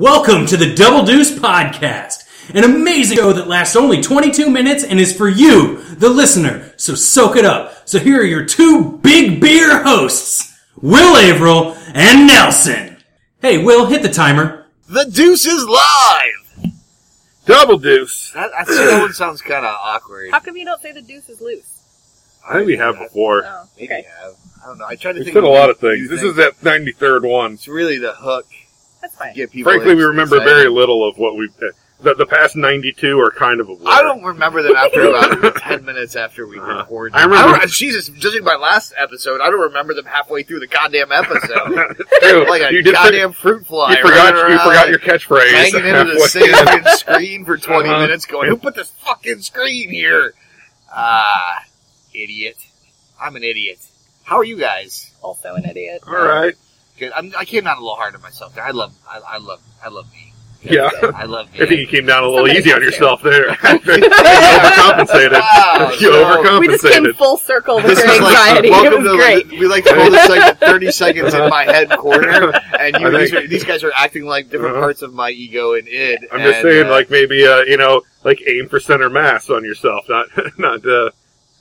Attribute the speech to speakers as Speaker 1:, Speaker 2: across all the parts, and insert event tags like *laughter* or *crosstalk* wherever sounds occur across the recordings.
Speaker 1: Welcome to the Double Deuce Podcast, an amazing show that lasts only 22 minutes and is for you, the listener. So soak it up. So here are your two big beer hosts, Will Averill and Nelson. Hey, Will, hit the timer.
Speaker 2: The Deuce is live.
Speaker 3: Double deuce.
Speaker 2: That, I think that one sounds kind of awkward.
Speaker 4: How come you don't say the deuce is loose?
Speaker 3: I think we have before.
Speaker 4: Oh,
Speaker 2: Maybe
Speaker 4: okay.
Speaker 2: have. I don't know. I tried to
Speaker 3: We've
Speaker 2: think
Speaker 3: said a lot of
Speaker 2: you
Speaker 3: things. This
Speaker 2: think-
Speaker 3: is that 93rd one.
Speaker 2: It's really the hook
Speaker 4: That's
Speaker 2: to
Speaker 4: fine.
Speaker 2: get people.
Speaker 3: Frankly, we
Speaker 2: in-
Speaker 3: remember
Speaker 2: excited.
Speaker 3: very little of what we've. The, the past 92 are kind of a blur.
Speaker 2: I don't remember them after
Speaker 3: *laughs*
Speaker 2: about ten minutes after we recorded.
Speaker 3: Uh, I remember-
Speaker 2: don't- Jesus, judging by last episode, I don't remember them halfway through the goddamn
Speaker 3: *laughs*
Speaker 2: episode.
Speaker 3: Dude,
Speaker 2: like a
Speaker 3: you did
Speaker 2: goddamn fruit fly.
Speaker 3: You forgot,
Speaker 2: running
Speaker 3: you
Speaker 2: around,
Speaker 3: forgot your catchphrase.
Speaker 2: hanging
Speaker 3: *laughs*
Speaker 2: into the
Speaker 3: halfway.
Speaker 2: same fucking screen for 20
Speaker 3: Uh-huh.
Speaker 2: minutes, going, "Who put this fucking screen here?" Ah, idiot! I'm an idiot. How are you guys?
Speaker 4: Also
Speaker 2: *laughs*
Speaker 4: an idiot.
Speaker 3: All right.
Speaker 2: Good. I'm, I came down a little hard on myself. I love, I, I love, I love me.
Speaker 3: Yeah.
Speaker 2: I love
Speaker 3: I think you
Speaker 2: me.
Speaker 3: came down a little
Speaker 4: Somebody
Speaker 3: easy on
Speaker 4: has to.
Speaker 2: *laughs*
Speaker 3: yourself there. *laughs* you overcompensated.
Speaker 2: Wow,
Speaker 3: *laughs* you
Speaker 2: Oh, so-
Speaker 4: We just came
Speaker 3: overcompensated.
Speaker 4: full circle with
Speaker 2: This
Speaker 4: your
Speaker 2: is like
Speaker 4: anxiety. *laughs* It
Speaker 2: welcome
Speaker 4: was
Speaker 2: to
Speaker 4: great.
Speaker 2: we like to hold this
Speaker 3: *laughs*
Speaker 2: like thirty seconds in my head corner, and you,
Speaker 3: Uh-huh. I
Speaker 2: these,
Speaker 3: think-
Speaker 2: are, these guys are acting like different
Speaker 3: Uh-huh.
Speaker 2: parts of my ego and id.
Speaker 3: I'm just
Speaker 2: and,
Speaker 3: saying,
Speaker 2: uh,
Speaker 3: like maybe uh, you know, like aim for center mass on yourself, not *laughs* not uh,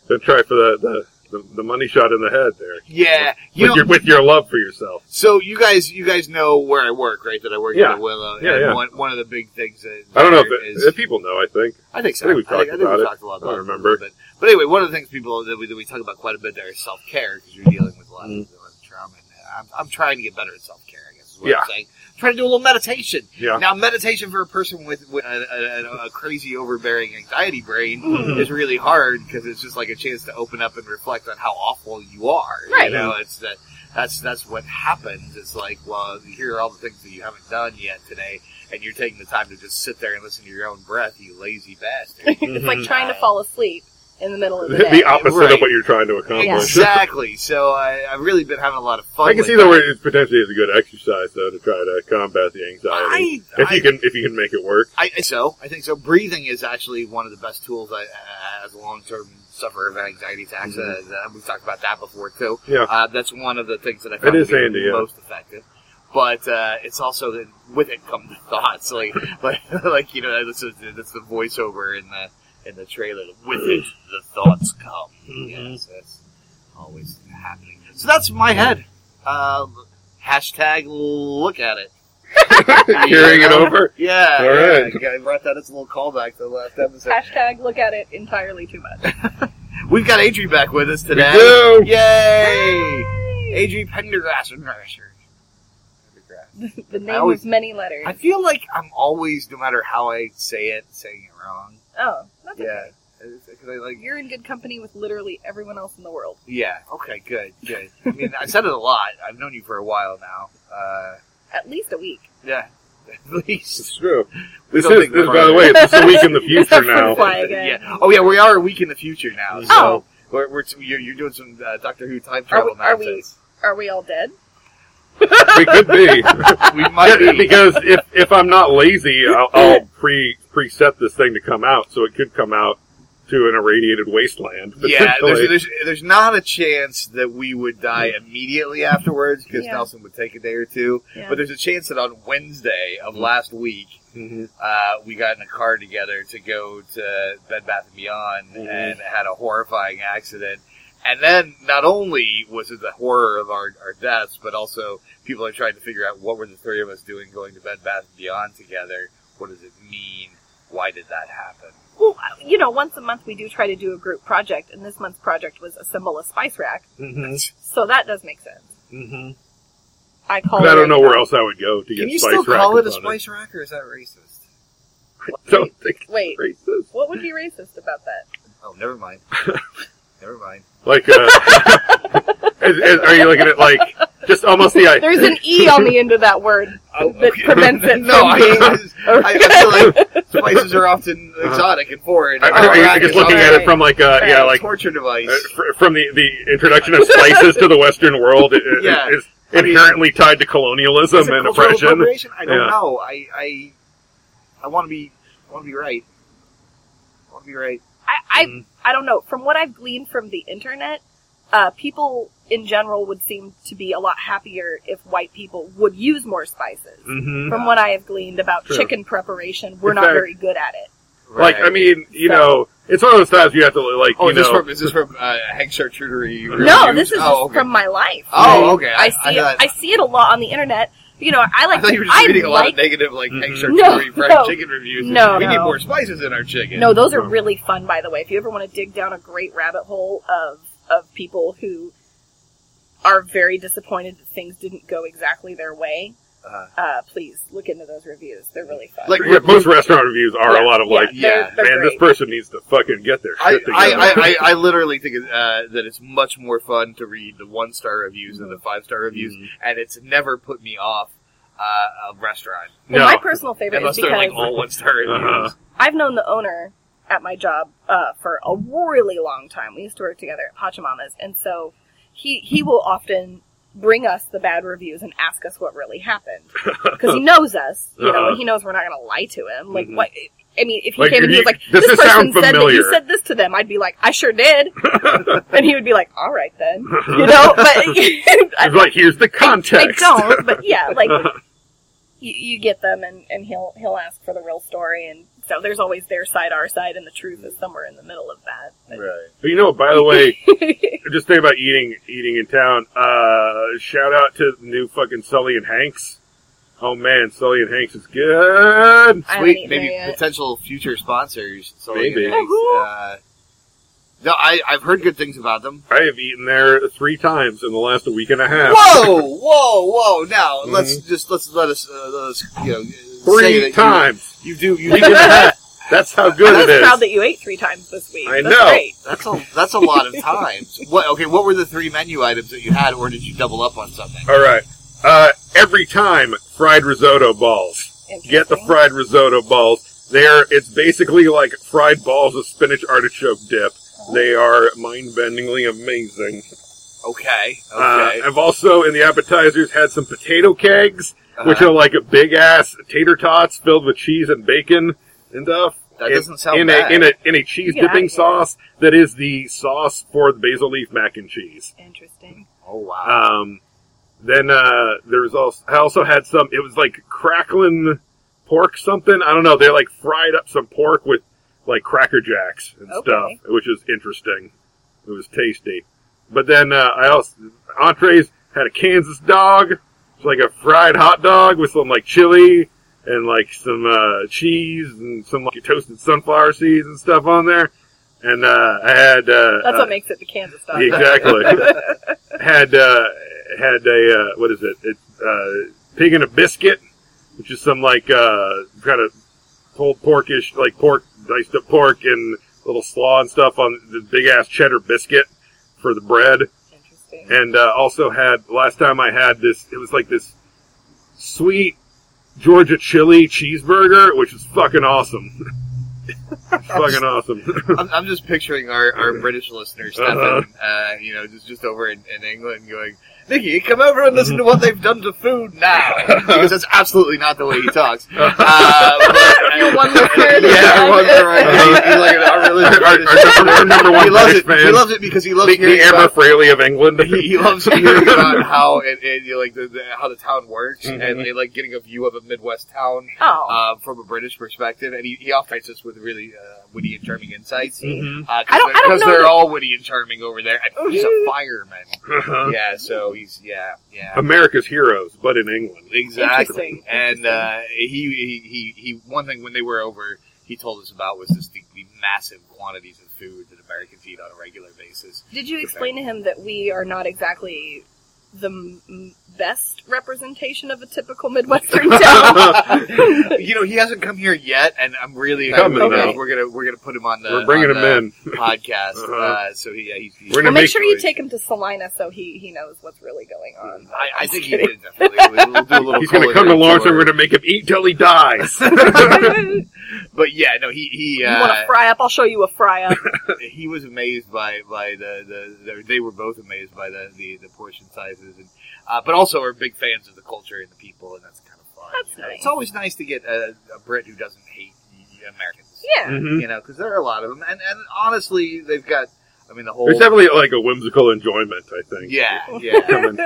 Speaker 3: don't try for the, the, the, the money shot in the head there.
Speaker 2: yeah, you
Speaker 3: with
Speaker 2: know.
Speaker 3: your with your love for yourself.
Speaker 2: so you guys, you guys know where I work, right? That I work
Speaker 3: Yeah.
Speaker 2: at Willow.
Speaker 3: Yeah,
Speaker 2: and
Speaker 3: yeah.
Speaker 2: One, one of the big things that
Speaker 3: I don't know
Speaker 2: there
Speaker 3: if,
Speaker 2: is-
Speaker 3: if people know. I think
Speaker 2: I think so.
Speaker 3: I think we've talked
Speaker 2: I think
Speaker 3: about
Speaker 2: we've
Speaker 3: it.
Speaker 2: talked a lot
Speaker 3: I
Speaker 2: about
Speaker 3: don't
Speaker 2: it a
Speaker 3: remember.
Speaker 2: little bit. But anyway, one of the things people that we, that we talk about quite a bit there is self care because you're dealing with a lot,
Speaker 3: Mm.
Speaker 2: of, a lot of trauma. And I'm, I'm trying to get better at self care. I guess is what
Speaker 3: Yeah.
Speaker 2: I'm saying. I'm trying to do a little meditation.
Speaker 3: Yeah.
Speaker 2: Now, meditation for a person with, with a, a, a, a crazy overbearing anxiety brain *laughs*
Speaker 3: Hmm.
Speaker 2: is really hard because it's just like a chance to open up and reflect on how awful you are.
Speaker 4: Right.
Speaker 2: You know, it's that that's that's what happens. It's like, well, here are all the things that you haven't done yet today, and you're taking the time to just sit there and listen to your own breath, you lazy bastard.
Speaker 4: It's like trying to fall asleep in the middle of
Speaker 3: *laughs*
Speaker 4: the
Speaker 3: the
Speaker 4: day.
Speaker 3: opposite of
Speaker 2: Right.
Speaker 3: what you're trying to accomplish.
Speaker 2: Exactly. So I, I've really been having a lot of fun.
Speaker 3: *laughs* I can
Speaker 2: with
Speaker 3: see
Speaker 2: that.
Speaker 3: though where it potentially is a good exercise though to try to combat the anxiety
Speaker 2: I,
Speaker 3: if
Speaker 2: I,
Speaker 3: you can if you can make it
Speaker 2: *laughs*
Speaker 3: work.
Speaker 2: I, I so I think so. Breathing is actually one of the best tools I, uh, as a long-term sufferer of anxiety attacks. Uh, uh, we've talked about that before too.
Speaker 3: Yeah.
Speaker 2: uh, that's one of the things that I found
Speaker 3: is
Speaker 2: to be
Speaker 3: handy, yeah.
Speaker 2: most effective. But uh, it's also that with it come the thoughts, *laughs* like like, like you know that's, a, that's the voiceover in the in the trailer. With it, the thoughts come. Yes, that's always happening. So that's my head. Uh, hashtag look at it.
Speaker 3: Carrying it over.
Speaker 2: Yeah,
Speaker 3: All
Speaker 2: yeah.
Speaker 3: right.
Speaker 2: I brought that as a little callback to the last episode.
Speaker 4: Hashtag look at it entirely too much.
Speaker 2: We've got Adri back with us today.
Speaker 3: do.
Speaker 2: Yay! Adri Pendergrass and Rasher. Pendergrass.
Speaker 4: The name
Speaker 2: always-
Speaker 4: was many letters.
Speaker 2: I feel like I'm always, no matter how I say it, saying it wrong.
Speaker 4: oh, that's
Speaker 2: Yeah.
Speaker 4: okay.
Speaker 2: Because I like.
Speaker 4: You're in good company with literally everyone else in the world.
Speaker 2: Yeah. Okay. Good. Good. I mean, I said it a lot. I've known you for a while now. Uh,
Speaker 4: At least a week.
Speaker 2: yeah. *laughs* At least.
Speaker 3: It's true.
Speaker 2: We
Speaker 3: This
Speaker 2: don't
Speaker 3: is
Speaker 2: think
Speaker 3: this,
Speaker 2: we're
Speaker 3: by the
Speaker 2: on
Speaker 3: way, this is a week
Speaker 2: *laughs*
Speaker 3: in the future
Speaker 4: Except for
Speaker 3: now.
Speaker 4: Fly again.
Speaker 2: Yeah. Oh yeah, we are a week in the future now. So
Speaker 4: Oh.
Speaker 2: we're, we're you're, you're doing some uh, Doctor Who time
Speaker 4: Are
Speaker 2: travel
Speaker 4: we, are we?
Speaker 2: nonsense.
Speaker 4: Are we all dead?
Speaker 3: We could be.
Speaker 2: *laughs* we might
Speaker 3: Yeah,
Speaker 2: be.
Speaker 3: because if if I'm
Speaker 2: *laughs*
Speaker 3: not lazy, I'll, I'll pre preset this thing to come out, so it could come out to an irradiated wasteland.
Speaker 2: *laughs* Yeah,
Speaker 3: potentially.
Speaker 2: there's, there's there's not a chance that we would die immediately afterwards because
Speaker 4: Yeah.
Speaker 2: Nelson would take a day or two.
Speaker 4: Yeah.
Speaker 2: But there's a chance that on Wednesday of last week,
Speaker 3: Mhm.
Speaker 2: uh, we got in a car together to go to Bed Bath and Beyond
Speaker 3: Mhm.
Speaker 2: and had a horrifying accident. And then not only was it the horror of our, our deaths, but also people are trying to figure out what were the three of us doing going to Bed Bath and Beyond together. What does it mean? Why did that happen?
Speaker 4: Well, you know, once a month we do try to do a group project, and this month's project was assemble a spice rack, so that does make sense. I call.
Speaker 3: But I
Speaker 4: it
Speaker 3: don't
Speaker 4: a-
Speaker 3: know where else I would go to get
Speaker 2: Can you
Speaker 3: spice
Speaker 2: still
Speaker 3: rack
Speaker 2: call it a
Speaker 3: on
Speaker 2: spice rack, or is that racist?
Speaker 3: I *laughs* don't think
Speaker 4: Wait,
Speaker 3: it's racist.
Speaker 4: what would be racist about that?
Speaker 2: Oh, never
Speaker 3: *laughs*
Speaker 2: mind. never mind.
Speaker 3: Like, uh, *laughs* is, is- are you looking at like just almost the idea?
Speaker 4: There's an E on the end of that word that
Speaker 2: *laughs*
Speaker 4: prevents it
Speaker 2: Oh, No,
Speaker 4: from
Speaker 2: I,
Speaker 4: being.
Speaker 2: *laughs* I, I feel
Speaker 4: *laughs*
Speaker 2: like spices are often
Speaker 3: Uh-huh.
Speaker 2: exotic and foreign.
Speaker 3: Are,
Speaker 2: and
Speaker 3: are
Speaker 2: rack
Speaker 3: you
Speaker 2: is
Speaker 3: just looking at it
Speaker 4: alright.
Speaker 3: from like uh, yeah,
Speaker 2: a
Speaker 3: like
Speaker 2: torture device.
Speaker 3: uh, fr- from the the introduction of spices to the Western world? It, it-
Speaker 2: Yeah.
Speaker 3: it's
Speaker 2: I mean-
Speaker 3: inherently tied to colonialism
Speaker 2: Is it
Speaker 3: and
Speaker 2: cultural
Speaker 3: oppression.
Speaker 2: appropriation? I don't
Speaker 3: Yeah.
Speaker 2: know. I I, I want to be I want to be right. I want to be right.
Speaker 4: I, I,
Speaker 3: Mhm.
Speaker 4: I don't know. From what I've gleaned from the internet, uh, people in general would seem to be a lot happier if white people would use more spices.
Speaker 3: Mm-hmm.
Speaker 4: From what I have gleaned about
Speaker 3: True.
Speaker 4: chicken preparation, we're
Speaker 3: In
Speaker 4: not
Speaker 3: fact-
Speaker 4: very good at it.
Speaker 3: Like, I mean, you know, it's one of those times you have to, like,
Speaker 2: oh,
Speaker 3: you
Speaker 2: is this,
Speaker 3: know.
Speaker 2: from, is this from uh, Hank Charcuterie?
Speaker 4: No,
Speaker 2: reviews?
Speaker 4: this is
Speaker 2: Oh,
Speaker 4: just
Speaker 2: okay.
Speaker 4: from my life.
Speaker 2: Oh, okay.
Speaker 4: I see
Speaker 2: thought-
Speaker 4: it. I see it a lot on the internet. You know, I like.
Speaker 2: I thought you were just
Speaker 4: I
Speaker 2: reading a lot
Speaker 4: like-
Speaker 2: of negative, like
Speaker 3: Mhm.
Speaker 2: Hank
Speaker 4: No,
Speaker 2: Charcuterie fried
Speaker 4: no.
Speaker 2: chicken reviews.
Speaker 4: No,
Speaker 2: we need
Speaker 4: no.
Speaker 2: more spices in our chicken.
Speaker 4: No, those are
Speaker 3: Yeah.
Speaker 4: really fun, by the way. If you ever want to dig down a great rabbit hole of of people who are very disappointed that things didn't go exactly their way,
Speaker 2: Uh,
Speaker 4: uh, please look into those reviews. They're really fun.
Speaker 2: Like-
Speaker 3: *laughs* Yeah, most restaurant reviews are a lot of like,
Speaker 2: yeah,
Speaker 4: they're, they're
Speaker 3: man, this
Speaker 4: great.
Speaker 3: person needs to fucking get their
Speaker 2: I,
Speaker 3: shit
Speaker 2: I,
Speaker 3: together.
Speaker 2: I, I, I literally think uh, that it's much more fun to read the one star reviews than the five star reviews,
Speaker 3: Mm-hmm.
Speaker 2: and it's never put me off uh, a restaurant
Speaker 4: Well, my
Speaker 3: no.
Speaker 4: personal favorite is
Speaker 2: unless they're
Speaker 4: because
Speaker 2: like all one star reviews.
Speaker 3: Uh-huh.
Speaker 4: I've known the owner at my job uh, for a really long time. We used to work together at Pachamama's, and so he he will often bring us the bad reviews and ask us what
Speaker 3: *laughs*
Speaker 4: really happened because he knows us. You know,
Speaker 3: Uh-huh.
Speaker 4: and he knows we're not going to lie to him. Like
Speaker 3: Mhm.
Speaker 4: what? I mean, if he
Speaker 3: Like,
Speaker 4: came and he
Speaker 3: you-
Speaker 4: was like,
Speaker 3: does
Speaker 4: "This,
Speaker 3: this
Speaker 4: person
Speaker 3: sound
Speaker 4: said that you
Speaker 3: familiar?"
Speaker 4: said this to them," I'd be like, "I sure did,"
Speaker 3: *laughs*
Speaker 4: and he would be like, "All right then," you know. But
Speaker 3: *laughs*
Speaker 4: *laughs*
Speaker 3: It's like, here's the context.
Speaker 4: I
Speaker 3: *laughs*
Speaker 4: don't, but yeah, like you, you get them, and, and he'll he'll ask for the real story, and so there's always their side, our side, and the truth is somewhere in the middle of that.
Speaker 2: Right.
Speaker 3: But you know, by the *laughs* way, just think about eating eating in town. Uh, shout out to the new fucking Sully and Hanks. Oh man, Sully and Hanks is good.
Speaker 4: I haven't
Speaker 2: Sweet,
Speaker 4: eaten
Speaker 2: maybe
Speaker 4: there yet.
Speaker 2: potential future sponsors. So
Speaker 3: Maybe.
Speaker 2: you know, uh, no, I, I've heard good things about them.
Speaker 3: I have eaten there three times in the last week and a half. *laughs*
Speaker 2: Whoa, whoa, whoa! Now let's just let's let us uh, let us you know say that
Speaker 3: Mm-hmm. Three
Speaker 2: you-
Speaker 3: times.
Speaker 2: You, do *laughs* you
Speaker 3: *laughs* Week and a half. That's how good
Speaker 4: I
Speaker 3: it
Speaker 4: was
Speaker 3: is.
Speaker 4: proud that you ate three times this week.
Speaker 3: I
Speaker 4: That's
Speaker 3: know.
Speaker 4: Great.
Speaker 2: That's a that's a lot of times.
Speaker 3: *laughs*
Speaker 2: What okay? What were the three menu items that you had, or did you double up on something?
Speaker 3: All right. Uh, every time fried risotto balls. Get the
Speaker 4: Interesting.
Speaker 3: fried risotto balls. They're it's basically like fried balls of spinach artichoke dip. They are mind-bendingly amazing.
Speaker 2: Okay, okay.
Speaker 3: Uh, I've also, in the appetizers, had some potato kegs, which
Speaker 2: Uh-huh.
Speaker 3: are like a big ass tater tots filled with cheese and bacon and stuff.
Speaker 2: That
Speaker 3: In-
Speaker 2: doesn't sound
Speaker 3: in
Speaker 2: bad.
Speaker 3: a in a in a cheese
Speaker 4: Yeah,
Speaker 3: dipping
Speaker 4: yeah.
Speaker 3: sauce that is the sauce for the basil leaf mac and cheese.
Speaker 4: Interesting.
Speaker 2: oh wow!
Speaker 3: Um, then uh, there was also I also had some. It was like crackling pork something. I don't know. They like fried up some pork with like cracker jacks and
Speaker 4: Okay.
Speaker 3: stuff, which is interesting. It was tasty. But then uh, I also entrees had a Kansas dog. It's like a fried hot dog with some like chili and like some uh, cheese and some like toasted sunflower seeds and stuff on there. And uh, I had uh,
Speaker 4: That's
Speaker 3: uh,
Speaker 4: what makes it the Kansas dog.
Speaker 3: yeah, *laughs* exactly. had uh, had a uh, what is it? It's uh, pig in a biscuit, which is some like uh, kind of pulled porkish, like pork diced up pork and little slaw and stuff on the big ass cheddar biscuit for the bread.
Speaker 4: Interesting.
Speaker 3: And uh, also had last time I had this, it was like this sweet Georgia chili cheeseburger, which is fucking *laughs* awesome. It's fucking awesome.
Speaker 2: I'm, I'm just picturing our, our British listener Stefan, uh
Speaker 3: Uh-huh.
Speaker 2: you know, just just over in, in England, going, Nikki, come over and listen to what they've done to food
Speaker 3: *laughs*
Speaker 2: now, because that's absolutely not the way he talks.
Speaker 3: Uh-huh.
Speaker 2: Uh, but,
Speaker 4: *laughs* You're one listener at a
Speaker 2: yeah,
Speaker 4: time.
Speaker 2: one right. He's, he's like our religious
Speaker 3: Our- our-
Speaker 2: British
Speaker 3: our
Speaker 2: listener.
Speaker 3: number
Speaker 2: *laughs*
Speaker 3: one
Speaker 2: he loves it.
Speaker 3: British
Speaker 2: He
Speaker 3: fan.
Speaker 2: loves it because he loves
Speaker 3: The,
Speaker 2: hearing
Speaker 3: the Amber
Speaker 2: about
Speaker 3: Fraley of England.
Speaker 2: *laughs* he, he
Speaker 4: *laughs*
Speaker 2: loves hearing about how it, it you know, like the, the, how the town works and
Speaker 4: Mm-hmm.
Speaker 3: Mhm.
Speaker 2: they like getting a view of a Midwest town
Speaker 4: Oh,
Speaker 2: uh, from a British perspective, and he, he offers us with really uh, witty and charming insights.
Speaker 3: Mhm.
Speaker 2: Uh,
Speaker 4: Mm-hmm. I don't- I don't
Speaker 2: because
Speaker 4: know
Speaker 2: they're
Speaker 4: that- Oh,
Speaker 2: all witty and charming over there. And he's a fireman.
Speaker 3: Uh-huh.
Speaker 2: Yeah, so he's yeah, yeah,
Speaker 3: *laughs* America's heroes, but in England.
Speaker 2: exactly.
Speaker 4: Interesting.
Speaker 2: And uh, he, he he he one thing when they were over, he told us about was just the, the massive quantities of food that Americans eat on a regular basis.
Speaker 4: did you explain to him that we are not exactly the m- m- best representation of a typical
Speaker 3: *laughs*
Speaker 4: Midwestern town?
Speaker 2: *laughs* you know, he hasn't come here yet, and I'm really
Speaker 3: Coming
Speaker 2: we're gonna,
Speaker 3: now.
Speaker 2: we're gonna we're gonna put him on the
Speaker 3: We're bringing
Speaker 2: on
Speaker 3: him
Speaker 2: the *laughs*
Speaker 3: in.
Speaker 2: podcast.
Speaker 3: Uh-huh.
Speaker 2: Uh, so he, yeah, he's, he's
Speaker 3: We're
Speaker 4: Well,
Speaker 3: gonna
Speaker 4: make
Speaker 3: make
Speaker 4: sure you
Speaker 3: noise.
Speaker 4: take him to Salina so he, he knows what's really going on.
Speaker 2: I, I think he did definitely. We'll do a little
Speaker 3: He's going to
Speaker 2: culinary
Speaker 3: come to Lawrence and
Speaker 2: tour.
Speaker 3: we're going to make him eat till
Speaker 2: *laughs*
Speaker 3: he dies.
Speaker 4: *laughs*
Speaker 2: But yeah, no, he he
Speaker 4: You want a
Speaker 2: uh,
Speaker 4: fry up? I'll show you a fry up.
Speaker 2: he was amazed by by the, the, the they were both amazed by the the, the portion sizes and uh, but also are big fans of the culture and the people and that's kind of fun.
Speaker 4: That's
Speaker 2: you know?
Speaker 4: nice.
Speaker 2: It's always nice to get a, a Brit who doesn't hate Americans.
Speaker 4: *laughs* Yeah.
Speaker 3: Mhm.
Speaker 2: you know, because there are a lot of them, and and honestly, they've got I mean, the whole.
Speaker 3: There's definitely like a whimsical enjoyment. I think.
Speaker 2: yeah,
Speaker 3: *laughs*
Speaker 2: yeah.
Speaker 3: Coming.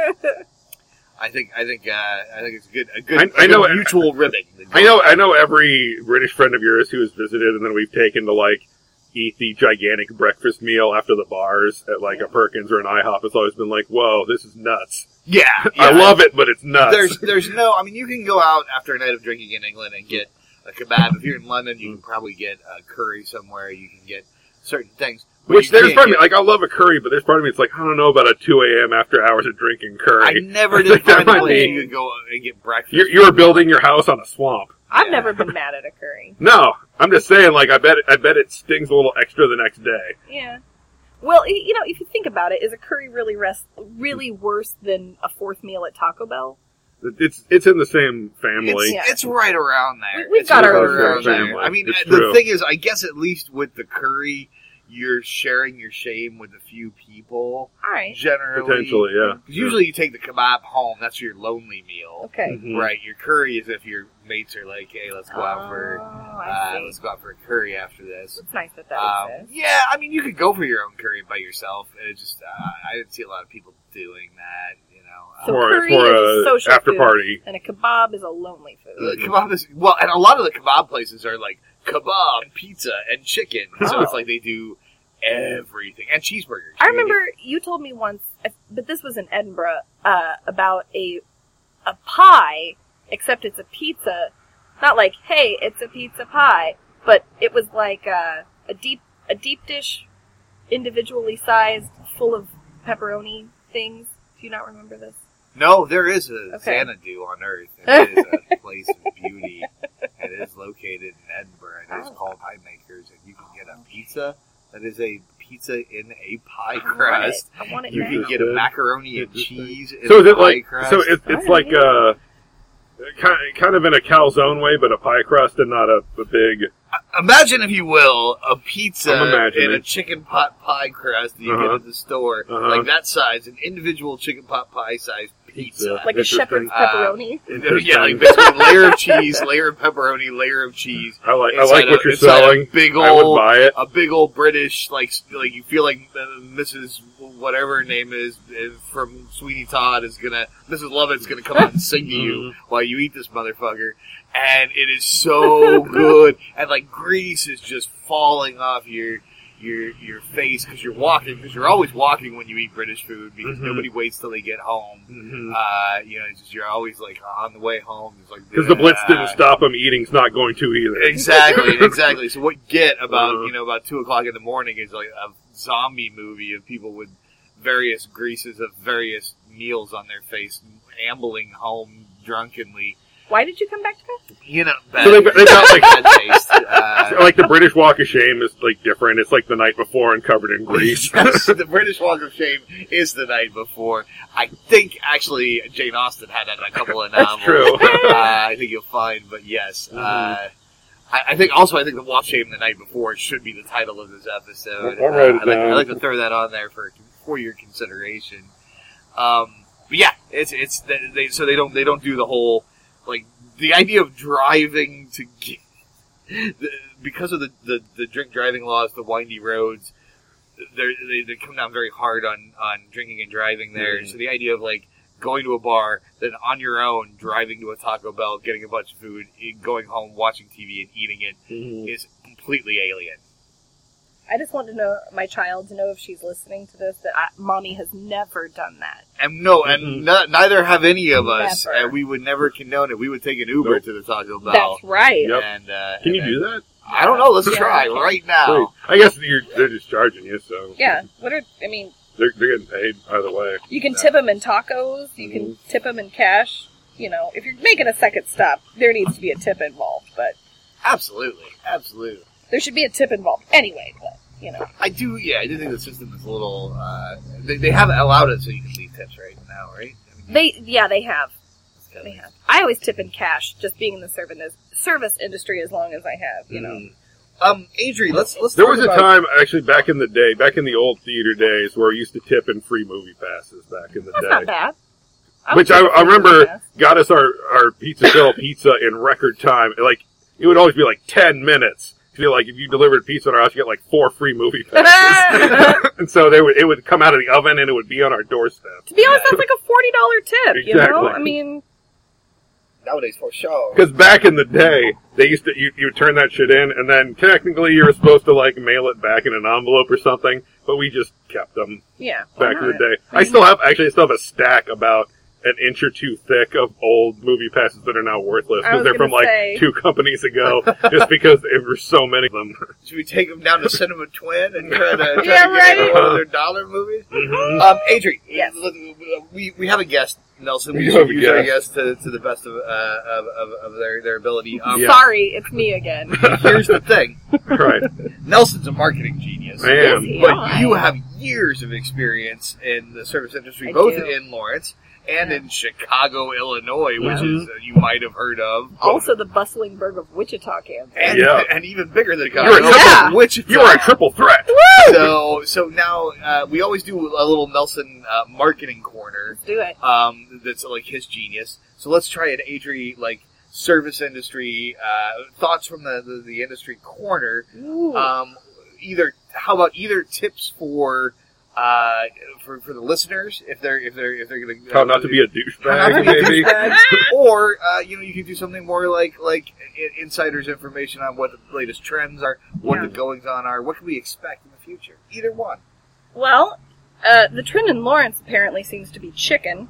Speaker 2: I think I think uh, I think it's a good a good,
Speaker 3: I- I
Speaker 2: a good
Speaker 3: know-
Speaker 2: mutual ribbing.
Speaker 3: I know. I know every British friend of yours who has visited, and then we've taken to like eat the gigantic breakfast meal after the bars at like a Perkins or an IHOP. It's always been like, whoa, this is nuts.
Speaker 2: Yeah,
Speaker 3: *laughs*
Speaker 2: yeah.
Speaker 3: I love it, but it's nuts.
Speaker 2: There's there's no. I mean, you can go out after a night of drinking in England and get a kebab. If you're in London, you can probably get a curry somewhere. You can get certain things. but
Speaker 3: Which
Speaker 2: you
Speaker 3: there's
Speaker 2: can't
Speaker 3: part of me
Speaker 2: get-
Speaker 3: like I love a curry, but there's part of me it's like I don't know about a 2 a.m. after hours of drinking
Speaker 2: I
Speaker 3: curry.
Speaker 2: never
Speaker 3: *laughs*
Speaker 2: did
Speaker 3: That
Speaker 2: find a
Speaker 3: might
Speaker 2: place
Speaker 4: be-
Speaker 2: you could go and get breakfast.
Speaker 3: You're, you're building your house on a swamp.
Speaker 4: I've
Speaker 2: Yeah.
Speaker 4: never been mad at a curry.
Speaker 3: No, I'm just saying. Like I bet I bet it stings a little extra the next day.
Speaker 4: Yeah. Well, y- you know, if you think about it, is a curry really rest really worse than a fourth meal at Taco Bell?
Speaker 3: It- It's it's in the same
Speaker 2: It's,
Speaker 3: family.
Speaker 4: Yeah.
Speaker 2: it's right around there.
Speaker 4: We- we've
Speaker 2: It's
Speaker 4: got
Speaker 2: right
Speaker 4: our
Speaker 2: around
Speaker 4: own
Speaker 2: there.
Speaker 3: family.
Speaker 2: I mean,
Speaker 3: It's
Speaker 2: uh, the
Speaker 3: true.
Speaker 2: thing is, I guess at least with the curry, you're sharing your shame with a few people.
Speaker 4: All right.
Speaker 2: Generally,
Speaker 3: Potentially, yeah.
Speaker 2: 'Cause Usually, you take the kebab home. That's your lonely meal,
Speaker 4: Okay.
Speaker 3: Mhm.
Speaker 2: right? Your curry is if your mates are like, "Hey, let's go out
Speaker 4: Oh,
Speaker 2: for
Speaker 4: I
Speaker 2: uh,
Speaker 4: see.
Speaker 2: let's go out for a curry after this."
Speaker 4: It's nice that that
Speaker 2: Um,
Speaker 4: exists.
Speaker 2: yeah, I mean, you could go for your own curry by yourself. It just uh, I didn't see a lot of people doing that. You know,
Speaker 4: So
Speaker 2: Um,
Speaker 3: for,
Speaker 4: curry
Speaker 3: for
Speaker 4: is
Speaker 3: a
Speaker 4: social
Speaker 3: after
Speaker 4: food.
Speaker 3: party.
Speaker 4: And a kebab is a lonely
Speaker 2: the
Speaker 4: food.
Speaker 2: kebab is well, and a lot of the kebab places are like kebab, and pizza, and chicken. So
Speaker 4: Oh.
Speaker 2: it's like they do everything and cheeseburgers.
Speaker 4: I remember you told me once, but this was in Edinburgh, uh, about a a pie, except it's a pizza. Not like, hey, it's a pizza pie, but it was like a, a deep a deep dish, individually sized, full of pepperoni things. Do you not remember this?
Speaker 2: No, there is a
Speaker 4: Okay.
Speaker 2: Xanadu on
Speaker 4: *laughs*
Speaker 2: Earth. And it is a place of beauty. It is located in Edinburgh. and It is
Speaker 4: Oh.
Speaker 2: called Pie Makers, and you can get a pizza that is a pizza in a pie
Speaker 4: I want it.
Speaker 2: crust.
Speaker 4: I want it
Speaker 2: You
Speaker 4: now.
Speaker 2: can get a macaroni and cheese. In
Speaker 3: So
Speaker 2: a
Speaker 3: is it
Speaker 2: pie
Speaker 3: like
Speaker 2: crust.
Speaker 3: so it, it's
Speaker 4: Alright.
Speaker 3: like uh kind kind of in a calzone way, but a pie crust and not a, a big.
Speaker 2: Imagine, if you will, a
Speaker 3: I'm
Speaker 2: pizza
Speaker 3: imagining.
Speaker 2: in a chicken pot pie crust that you
Speaker 3: Uh-huh.
Speaker 2: get at the store,
Speaker 3: Uh-huh.
Speaker 2: like that size, an individual chicken pot pie size pizza.
Speaker 4: like a
Speaker 3: Interesting.
Speaker 4: shepherd's
Speaker 2: Uh,
Speaker 4: pepperoni.
Speaker 2: yeah, like basically layer of cheese,
Speaker 3: *laughs*
Speaker 2: layer of pepperoni, layer of cheese.
Speaker 3: I like I
Speaker 2: inside
Speaker 3: like
Speaker 2: a-
Speaker 3: what you're
Speaker 2: inside a
Speaker 3: selling.
Speaker 2: Big
Speaker 3: I would
Speaker 2: old
Speaker 3: buy it.
Speaker 2: a big old British like sp- like you feel like uh, Mrs. whatever her name is uh, from Sweeney Todd is gonna Mrs. Lovett's gonna come out and sing to you while you eat this motherfucker, and it is
Speaker 3: *laughs*
Speaker 2: so good, and like grease is just falling off your your your face because you're walking because you're always walking when you eat British food because
Speaker 3: Mhm.
Speaker 2: nobody waits till they get home.
Speaker 3: Because
Speaker 2: Uh, you know, it's just, you're always like on the way home. It's like
Speaker 3: the Blitz didn't
Speaker 2: "Ah."
Speaker 3: stop him eating's not going to either. *laughs*
Speaker 2: Exactly, exactly. So what you get about
Speaker 3: Uh-huh.
Speaker 2: you know about two o'clock in the morning is like a zombie movie of people with various greases of various meals on their face, ambling home drunkenly.
Speaker 4: Why did you come back to that?
Speaker 2: You know, bad,
Speaker 3: So they, they got like
Speaker 2: bad taste. Uh,
Speaker 3: *laughs* like the British Walk of Shame is like different. It's like the night before and covered
Speaker 2: *laughs*
Speaker 3: in grease.
Speaker 2: yes, the British Walk of Shame is the night before. I think actually Jane Austen had that in a couple of novels.
Speaker 3: That's true. Mm-hmm.
Speaker 2: uh, I think you'll find, but yes. Uh, I, I think also, I think the Walk of Shame the night before should be the title of this episode.
Speaker 3: I- I wrote
Speaker 2: Uh,
Speaker 3: it
Speaker 2: I'd, like,
Speaker 3: down.
Speaker 2: I'd like to throw that on there for for your consideration. Um, but yeah, it's it's they, they so they don't they don't do the whole like the idea of driving to get the, because of the, the the drink driving laws, the windy roads. They're, they they come down very hard on on drinking and driving there.
Speaker 3: Mhm.
Speaker 2: So the idea of like going to a bar, then on your own driving to a Taco Bell, getting a bunch of food, e- going home, watching TV, and eating it
Speaker 3: Mm-hmm.
Speaker 2: is completely alien.
Speaker 4: I just want to know my child to know if she's listening to this that I, mommy has never done that.
Speaker 2: And no,
Speaker 3: Mm-hmm.
Speaker 2: and no, neither have any of us.
Speaker 4: Never.
Speaker 2: And we would never condone it. We would take an Uber
Speaker 3: Nope.
Speaker 2: to the Taco Bell.
Speaker 4: That's right.
Speaker 3: Yep.
Speaker 2: And uh,
Speaker 3: Can you
Speaker 2: and-
Speaker 3: do that?
Speaker 2: I don't know. Let's
Speaker 4: Yeah.
Speaker 2: try right
Speaker 4: Oh.
Speaker 2: now.
Speaker 3: Please. I guess you're, they're just charging you, so
Speaker 4: Yeah. What are I mean?
Speaker 3: they're, they're getting paid either way.
Speaker 4: You can tip them in tacos. You can
Speaker 3: Mm-hmm.
Speaker 4: tip them in cash. You know, if you're making a second stop, there needs to be a tip involved. But
Speaker 2: Absolutely, absolutely.
Speaker 4: there should be a tip involved anyway. But you know,
Speaker 2: I do, yeah, I do think the system is a little. Uh, they, they have allowed it so you can leave tips right now, right? I mean,
Speaker 4: they yeah they have
Speaker 2: it's kinda
Speaker 4: they
Speaker 2: nice.
Speaker 4: have. I always tip in cash. Just being in the service service industry as long as I have, you
Speaker 3: Mm,
Speaker 4: know.
Speaker 2: Um, Adri, let's let's.
Speaker 3: There
Speaker 2: talk
Speaker 3: was a
Speaker 2: about-
Speaker 3: time, actually, back in the day, back in the old theater days, where I used to tip in free movie passes back in the
Speaker 4: That's
Speaker 3: day.
Speaker 4: not bad. would
Speaker 3: Which I,
Speaker 4: tip
Speaker 3: I
Speaker 4: in
Speaker 3: remember
Speaker 4: cash.
Speaker 3: got us our, our Pizza Bill pizza in record time. Like, it would always be like 10 minutes. feel like if you delivered pizza in our house, you get like four free movie
Speaker 4: *laughs*
Speaker 3: passes. *laughs* and so they would, it would come out of the oven and it would be on our doorstep.
Speaker 4: To be honest, that's like a forty dollar tip. You know,
Speaker 3: Exactly.
Speaker 4: I mean,
Speaker 2: Nowadays, for sure.
Speaker 3: Because back in the day, they used to, you, you would turn that shit in and then technically you were supposed to like mail it back in an envelope or something, but we just kept them
Speaker 4: yeah. why
Speaker 3: back in the
Speaker 4: not?
Speaker 3: day. I still have, actually I still have a stack about an inch or two thick of old movie passes that are now worthless
Speaker 4: I was
Speaker 3: because they're from
Speaker 4: gonna
Speaker 3: like
Speaker 4: say.
Speaker 3: two companies ago just because there were so many of them.
Speaker 2: Should we take them down to Cinema Twin and try to, try to
Speaker 4: Yeah,
Speaker 2: get
Speaker 4: right.
Speaker 2: into one of their dollar movies?
Speaker 4: Mm-hmm.
Speaker 3: Mhm.
Speaker 2: Um, Adrian,
Speaker 4: Yes.
Speaker 2: look, we, we have a guest, Nelson. We,
Speaker 3: We
Speaker 2: should
Speaker 3: have a
Speaker 2: use our guest to, to the best of, uh, of, of, of their, their ability. Um,
Speaker 3: Yeah.
Speaker 4: Sorry, it's me again.
Speaker 2: Here's the thing.
Speaker 3: *laughs* Right.
Speaker 2: Nelson's a marketing genius.
Speaker 3: I
Speaker 4: *laughs*
Speaker 3: am.
Speaker 4: Yes,
Speaker 2: But you
Speaker 4: I-
Speaker 2: have years of experience in the service industry,
Speaker 4: I
Speaker 2: both
Speaker 4: do.
Speaker 2: in Lawrence and
Speaker 4: Yeah.
Speaker 2: in Chicago, Illinois, which is
Speaker 3: Yeah.
Speaker 2: uh, you might have heard of.
Speaker 4: Also, the bustling burg of Wichita, Kansas.
Speaker 2: and,
Speaker 3: Yeah.
Speaker 2: and even bigger than
Speaker 3: You're a
Speaker 2: Chicago,
Speaker 4: Yeah.
Speaker 2: which
Speaker 3: You are a triple threat.
Speaker 2: so so now uh, we always do a little Nelson uh, marketing corner
Speaker 4: Do it.
Speaker 2: um, that's like his genius. So let's try an Adri like service industry uh, thoughts from the, the the industry corner.
Speaker 4: Ooh.
Speaker 3: Uh,
Speaker 2: Um, either how about either tips for uh, for for the listeners if they're if they're if they're going to
Speaker 3: How not to be a
Speaker 2: How not to
Speaker 3: douchebag,
Speaker 2: be a
Speaker 3: maybe.
Speaker 4: douchebag.
Speaker 2: *laughs* or uh, you know you could do something more like like i- insiders information on what the latest trends are, what the
Speaker 4: Yeah.
Speaker 2: goings on are, what can we expect in the future. Either one.
Speaker 4: well, uh, the trend in Lawrence apparently seems to be chicken.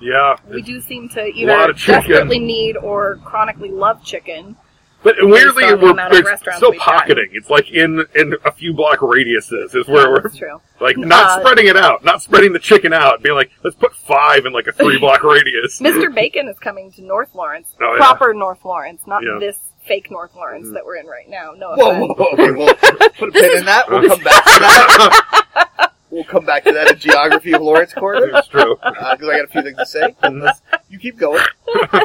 Speaker 3: Yeah.
Speaker 4: We do seem to
Speaker 3: Lot
Speaker 4: either
Speaker 3: of chicken.
Speaker 4: desperately need or chronically love chicken.
Speaker 3: But weirdly,
Speaker 4: on the
Speaker 3: we're,
Speaker 4: amount of
Speaker 3: we're
Speaker 4: restaurants
Speaker 3: still
Speaker 4: we've got.
Speaker 3: pocketing. It's like in, in a few block radiuses is where we're
Speaker 4: That's true.
Speaker 3: like not
Speaker 4: Uh,
Speaker 3: spreading it out, not spreading the chicken out, being like, let's put five in like a three
Speaker 4: *laughs*
Speaker 3: block radius.
Speaker 4: Mr. Bacon is coming to North Lawrence,
Speaker 3: Oh, yeah.
Speaker 4: proper North Lawrence, not
Speaker 3: Yeah. Mm-hmm.
Speaker 4: this fake North Lawrence that we're in right now. No
Speaker 2: Whoa,
Speaker 4: offense.
Speaker 2: whoa, whoa, okay, well, put a pin in that. We'll come back to that. *laughs* We'll come back to that in geography of Lawrence Corner
Speaker 3: *laughs* It's true. Uh,
Speaker 2: because I got a few things to say.
Speaker 3: Mhm.
Speaker 2: You keep going.
Speaker 3: Uh,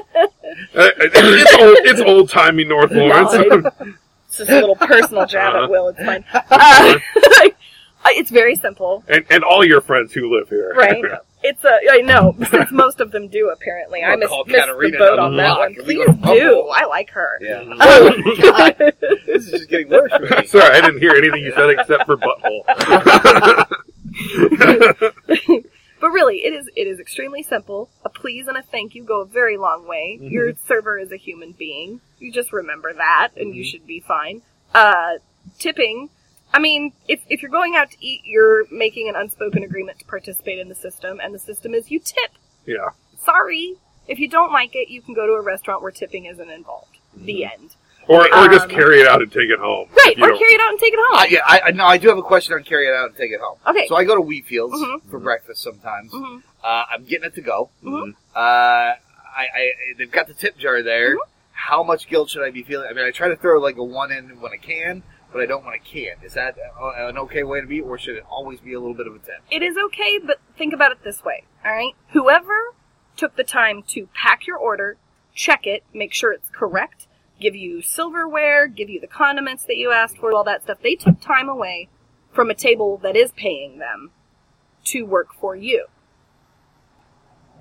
Speaker 3: it's old, it's old timey North *laughs* Lawrence.
Speaker 4: Right. *laughs* It's just a little personal jab at Will. It's
Speaker 3: *laughs*
Speaker 4: fine. Uh,
Speaker 3: Uh-huh.
Speaker 4: *laughs* it's very simple,
Speaker 3: and, and all your friends who live here.
Speaker 4: right? It's a I know *laughs* since most of them do apparently. I
Speaker 2: We'll
Speaker 4: miss,
Speaker 2: call
Speaker 4: missed the
Speaker 2: Katerina
Speaker 4: boat
Speaker 2: to
Speaker 4: on that
Speaker 2: unlock.
Speaker 4: one.
Speaker 2: We
Speaker 4: Please
Speaker 2: gonna
Speaker 4: do.
Speaker 2: rumble.
Speaker 4: I
Speaker 2: *laughs*
Speaker 4: like her. Uh,
Speaker 2: Yeah. God, this is just getting worse. For me.
Speaker 3: *laughs* Sorry, I didn't hear anything you said except for butthole.
Speaker 4: But really, it is it is extremely simple. A please and a thank you go a very long way.
Speaker 3: Mm-hmm.
Speaker 4: Your server is a human being. You just remember that, and you
Speaker 3: Mm-hmm.
Speaker 4: should be fine. Uh, tipping. I mean, if if you're going out to eat, you're making an unspoken agreement to participate in the system, and the system is you tip.
Speaker 3: yeah.
Speaker 4: Sorry, if you don't like it, you can go to a restaurant where tipping isn't involved. The end.
Speaker 3: Or, or just
Speaker 4: Um,
Speaker 3: carry it out and take it home.
Speaker 4: Right,
Speaker 3: Mm-hmm. If you
Speaker 4: or
Speaker 3: don't-
Speaker 4: carry it out and take it home.
Speaker 2: I, Uh, yeah, I, I- no, I do have a question on carry it out and take it home.
Speaker 4: Okay.
Speaker 2: So I go to Wheatfields
Speaker 4: Mhm.
Speaker 2: for breakfast sometimes.
Speaker 4: Mhm.
Speaker 2: Uh, I'm getting it to go.
Speaker 4: Mhm.
Speaker 2: Uh, I, I they've got the tip jar there. How much guilt should I be feeling? I mean, I try to throw like a one in when I can, but I don't when I can't. Is that uh, an okay way to be, or should it always be a little bit of a tip?
Speaker 4: It is okay, but think about it this way, all right? Whoever took the time to pack your order, check it, make sure it's correct, give you silverware, give you the condiments that you asked for, all that stuff, they took time away from a table that is paying them to work for you.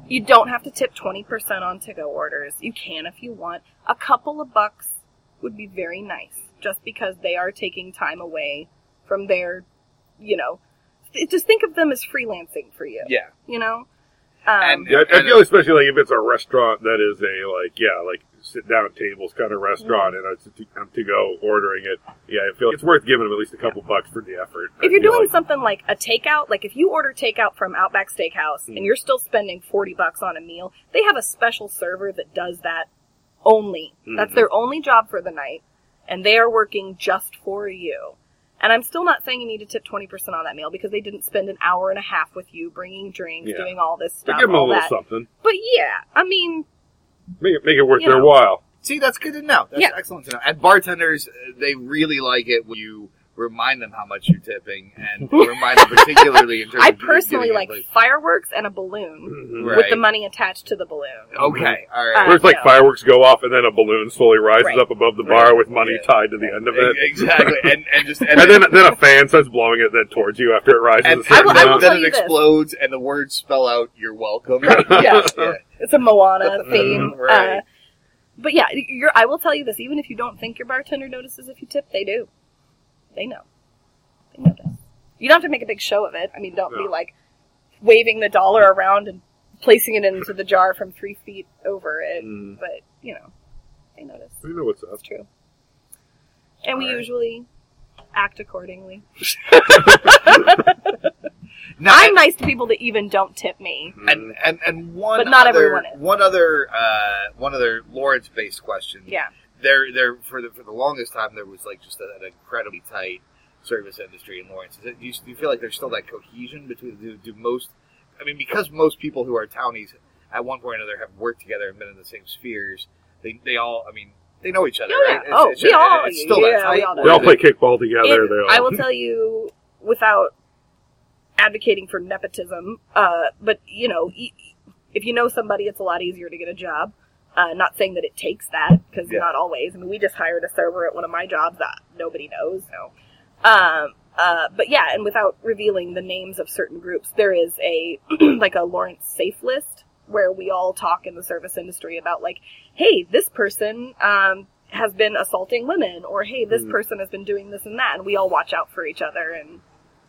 Speaker 4: You don't have to tip 20% on to go orders. You can if you want. A couple of bucks would be very nice just because they are taking time away from their, you know, th- just think of them as freelancing for you.
Speaker 2: Yeah.
Speaker 4: You know?
Speaker 2: And-
Speaker 4: Um,
Speaker 3: Yeah, I- I feel especially like if it's a restaurant that is a like yeah like sit down tables kind of restaurant and it's to- I'm to go ordering it. Yeah, I feel it's worth giving them at least a couple bucks for the effort. I
Speaker 4: if you're
Speaker 3: feel
Speaker 4: doing
Speaker 3: like.
Speaker 4: something like a takeout, like if you order takeout from Outback Steakhouse
Speaker 3: Hmm.
Speaker 4: and you're still spending 40 bucks on a meal, they have a special server that does that only.
Speaker 3: Mm-hmm.
Speaker 4: That's their only job for the night and they are working just for you. And I'm still not saying you need to tip 20% on that meal because they didn't spend an hour and a half with you bringing drinks,
Speaker 3: Yeah.
Speaker 4: doing all this
Speaker 3: But
Speaker 4: stuff.
Speaker 3: give them a
Speaker 4: all
Speaker 3: little
Speaker 4: that.
Speaker 3: something,
Speaker 4: But yeah, I mean,
Speaker 3: make it make it worth
Speaker 4: You
Speaker 3: their
Speaker 4: know.
Speaker 3: while.
Speaker 2: See, that's good to know. That's
Speaker 4: Yeah.
Speaker 2: excellent to know. And bartenders, uh, they really like it when you remind them how much you're tipping,
Speaker 4: *laughs*
Speaker 2: and remind them particularly in terms.
Speaker 4: I
Speaker 2: of getting-
Speaker 4: personally
Speaker 2: getting
Speaker 4: like
Speaker 2: it,
Speaker 4: fireworks and a balloon
Speaker 3: Mhm.
Speaker 2: Right.
Speaker 4: with the money attached to the balloon.
Speaker 2: Okay, all right.
Speaker 4: Uh,
Speaker 3: Where it's like
Speaker 4: Yeah.
Speaker 3: fireworks go off and then a balloon slowly rises
Speaker 4: Right.
Speaker 3: up above the
Speaker 2: Right.
Speaker 3: bar with money
Speaker 2: Yeah.
Speaker 3: tied to the end of it.
Speaker 2: E- Exactly, and and just and,
Speaker 3: *laughs* And then, then a fan starts blowing it then towards you after it rises.
Speaker 2: and,
Speaker 3: a certain
Speaker 4: I will- I will
Speaker 3: amount.
Speaker 4: tell
Speaker 2: then it
Speaker 4: you this.
Speaker 2: explodes, and the
Speaker 4: *laughs*
Speaker 2: words spell out "You're welcome."
Speaker 4: Right, yeah.
Speaker 2: yeah.
Speaker 4: It's a Moana theme.
Speaker 2: Right.
Speaker 4: Uh, But yeah, you're, I will tell you this: even if you don't think your bartender notices if you tip, they do. They know. They notice. You don't have to make a big show of it. I mean, don't be
Speaker 3: No.
Speaker 4: like waving the dollar around and placing it into the jar from three feet over it.
Speaker 3: Mm.
Speaker 4: But you know, they notice.
Speaker 3: We know what's up.
Speaker 4: That's true. And we
Speaker 2: Alright.
Speaker 4: usually act accordingly.
Speaker 2: Now,
Speaker 4: I'm nice to people that even don't tip me.
Speaker 2: and and and one
Speaker 4: But not
Speaker 2: other,
Speaker 4: everyone is.
Speaker 2: one other uh, one other Lawrence based question.
Speaker 4: Yeah.
Speaker 2: there there for the for the longest time there was like just an incredibly tight service industry in Lawrence. Is it, do, you, do you feel like there's still that cohesion between do, do most? I mean, because most people who are townies at one point or another have worked together and been in the same spheres. They they all I mean they know each other.
Speaker 4: Yeah,
Speaker 2: right?
Speaker 4: oh, we
Speaker 2: just-
Speaker 4: all-
Speaker 2: it's still
Speaker 4: yeah,
Speaker 2: that tight.
Speaker 4: we all do.
Speaker 3: We all
Speaker 2: Or
Speaker 3: play kickball together.
Speaker 4: It-
Speaker 3: they all.
Speaker 4: I will tell you without advocating for nepotism, uh, but you know, e- if you know somebody, it's a lot easier to get a job. Uh, not saying that it takes that because
Speaker 2: Yeah.
Speaker 4: not always. I mean, we just hired a server at one of my jobs that nobody knows. No, um, uh, but yeah, and without revealing the names of certain groups, there is a *clears throat* like a Lawrence safe list where we all talk in the service industry about like, hey, this person um, has been assaulting women, or hey, this
Speaker 3: Mm.
Speaker 4: person has been doing this and that, and we all watch out for each other and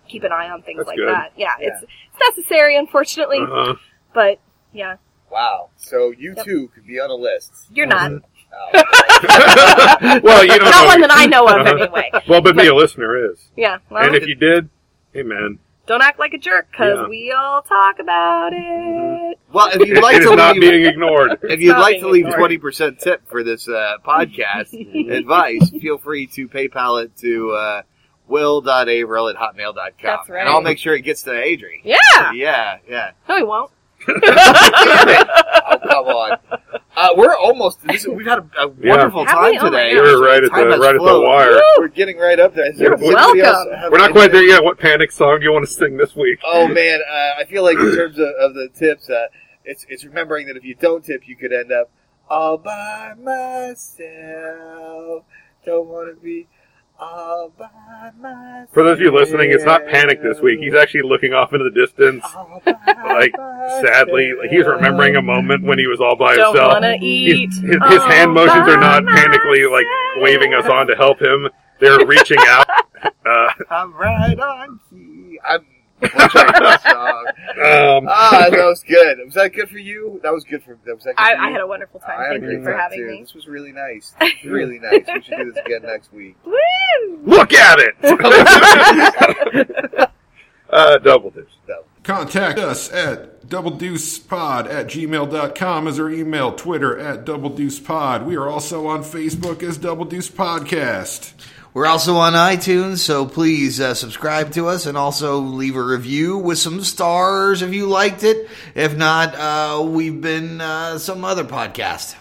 Speaker 4: keep an eye on things
Speaker 3: That's
Speaker 4: like
Speaker 3: good.
Speaker 4: that. Yeah,
Speaker 2: Yeah.
Speaker 4: it's it's necessary, unfortunately,
Speaker 3: Uh-huh.
Speaker 4: but yeah,
Speaker 2: Wow. So you
Speaker 4: Yep.
Speaker 2: two could be on a list.
Speaker 4: you're not
Speaker 3: Mm-hmm.
Speaker 2: Oh.
Speaker 3: well, you don't
Speaker 4: not
Speaker 3: know.
Speaker 4: one that I know of
Speaker 3: Uh-huh. *laughs*
Speaker 4: anyway.
Speaker 3: Well, but, me, a listener is.
Speaker 4: Yeah, well,
Speaker 3: and if you did, hey man,
Speaker 4: don't act like a jerk because
Speaker 3: Yeah. Mm-hmm.
Speaker 4: we all talk about it.
Speaker 2: well, if
Speaker 3: it,
Speaker 2: you'd like
Speaker 3: it is
Speaker 2: to
Speaker 3: not
Speaker 2: leave, *laughs*
Speaker 3: being ignored.
Speaker 2: if you'd
Speaker 4: not
Speaker 2: like to
Speaker 4: being
Speaker 2: leave
Speaker 4: ignored.
Speaker 2: twenty percent tip for this *laughs* uh,
Speaker 4: *laughs*
Speaker 2: podcast advice, feel free to PayPal it to uh, will.averill at hotmail.com.
Speaker 4: That's right.
Speaker 2: And I'll make sure it gets to Adri.
Speaker 4: Yeah,
Speaker 2: Yeah, yeah.
Speaker 4: no, he won't.
Speaker 2: Damn it. Oh, come on. Uh, we're almost. This, we've had a, a
Speaker 3: Yeah.
Speaker 2: wonderful
Speaker 4: Have
Speaker 2: time
Speaker 4: we? Oh my
Speaker 2: today.
Speaker 4: God.
Speaker 3: You were right at
Speaker 2: Time
Speaker 3: the
Speaker 2: has
Speaker 3: right at the
Speaker 2: flown.
Speaker 3: wire.
Speaker 2: We're getting right up there. Is
Speaker 4: You're
Speaker 2: there anybody else
Speaker 4: welcome.
Speaker 2: have
Speaker 3: We're not quite
Speaker 2: anything?
Speaker 3: there yet. What panic song do you want to sing this week?
Speaker 2: Oh man, uh, I feel like in terms of, of the tips, uh, it's it's remembering that if you don't tip, you could end up all by myself. Don't want to be all by myself.
Speaker 3: For those of you listening, it's not panic this week. He's actually looking off into the distance.
Speaker 2: All by
Speaker 3: *laughs* Like, Sadly, like, he's remembering a moment when he was all by
Speaker 4: Don't
Speaker 3: himself.
Speaker 4: wanna eat. Oh,
Speaker 3: He's- his, his hand
Speaker 4: all
Speaker 3: motions are
Speaker 4: by
Speaker 3: not panically like
Speaker 4: myself.
Speaker 3: waving us on to help him. They're reaching
Speaker 4: *laughs*
Speaker 3: out. Uh,
Speaker 2: I'm right on key. I'm butchering this
Speaker 3: *laughs*
Speaker 2: song.
Speaker 3: um,
Speaker 2: Ah, that was good. Was that good for you? That was good for. That was that good
Speaker 4: I,
Speaker 2: for you?
Speaker 4: I had a wonderful time.
Speaker 2: I had a
Speaker 4: Thank you
Speaker 2: great
Speaker 4: for
Speaker 2: time,
Speaker 4: having
Speaker 2: too.
Speaker 4: me.
Speaker 2: This was really nice. This was really nice. We should do this again next week.
Speaker 4: Woo!
Speaker 3: look at it. uh, double dips.
Speaker 5: Contact us at doubledeucepod at gmail.com is our email, Twitter at doubledeucepod. We are also on Facebook as Double Deuce Podcast.
Speaker 6: We're also on iTunes, so please uh, subscribe to us and also leave a review with some stars if you liked it. If not, uh, we've been uh, some other podcast.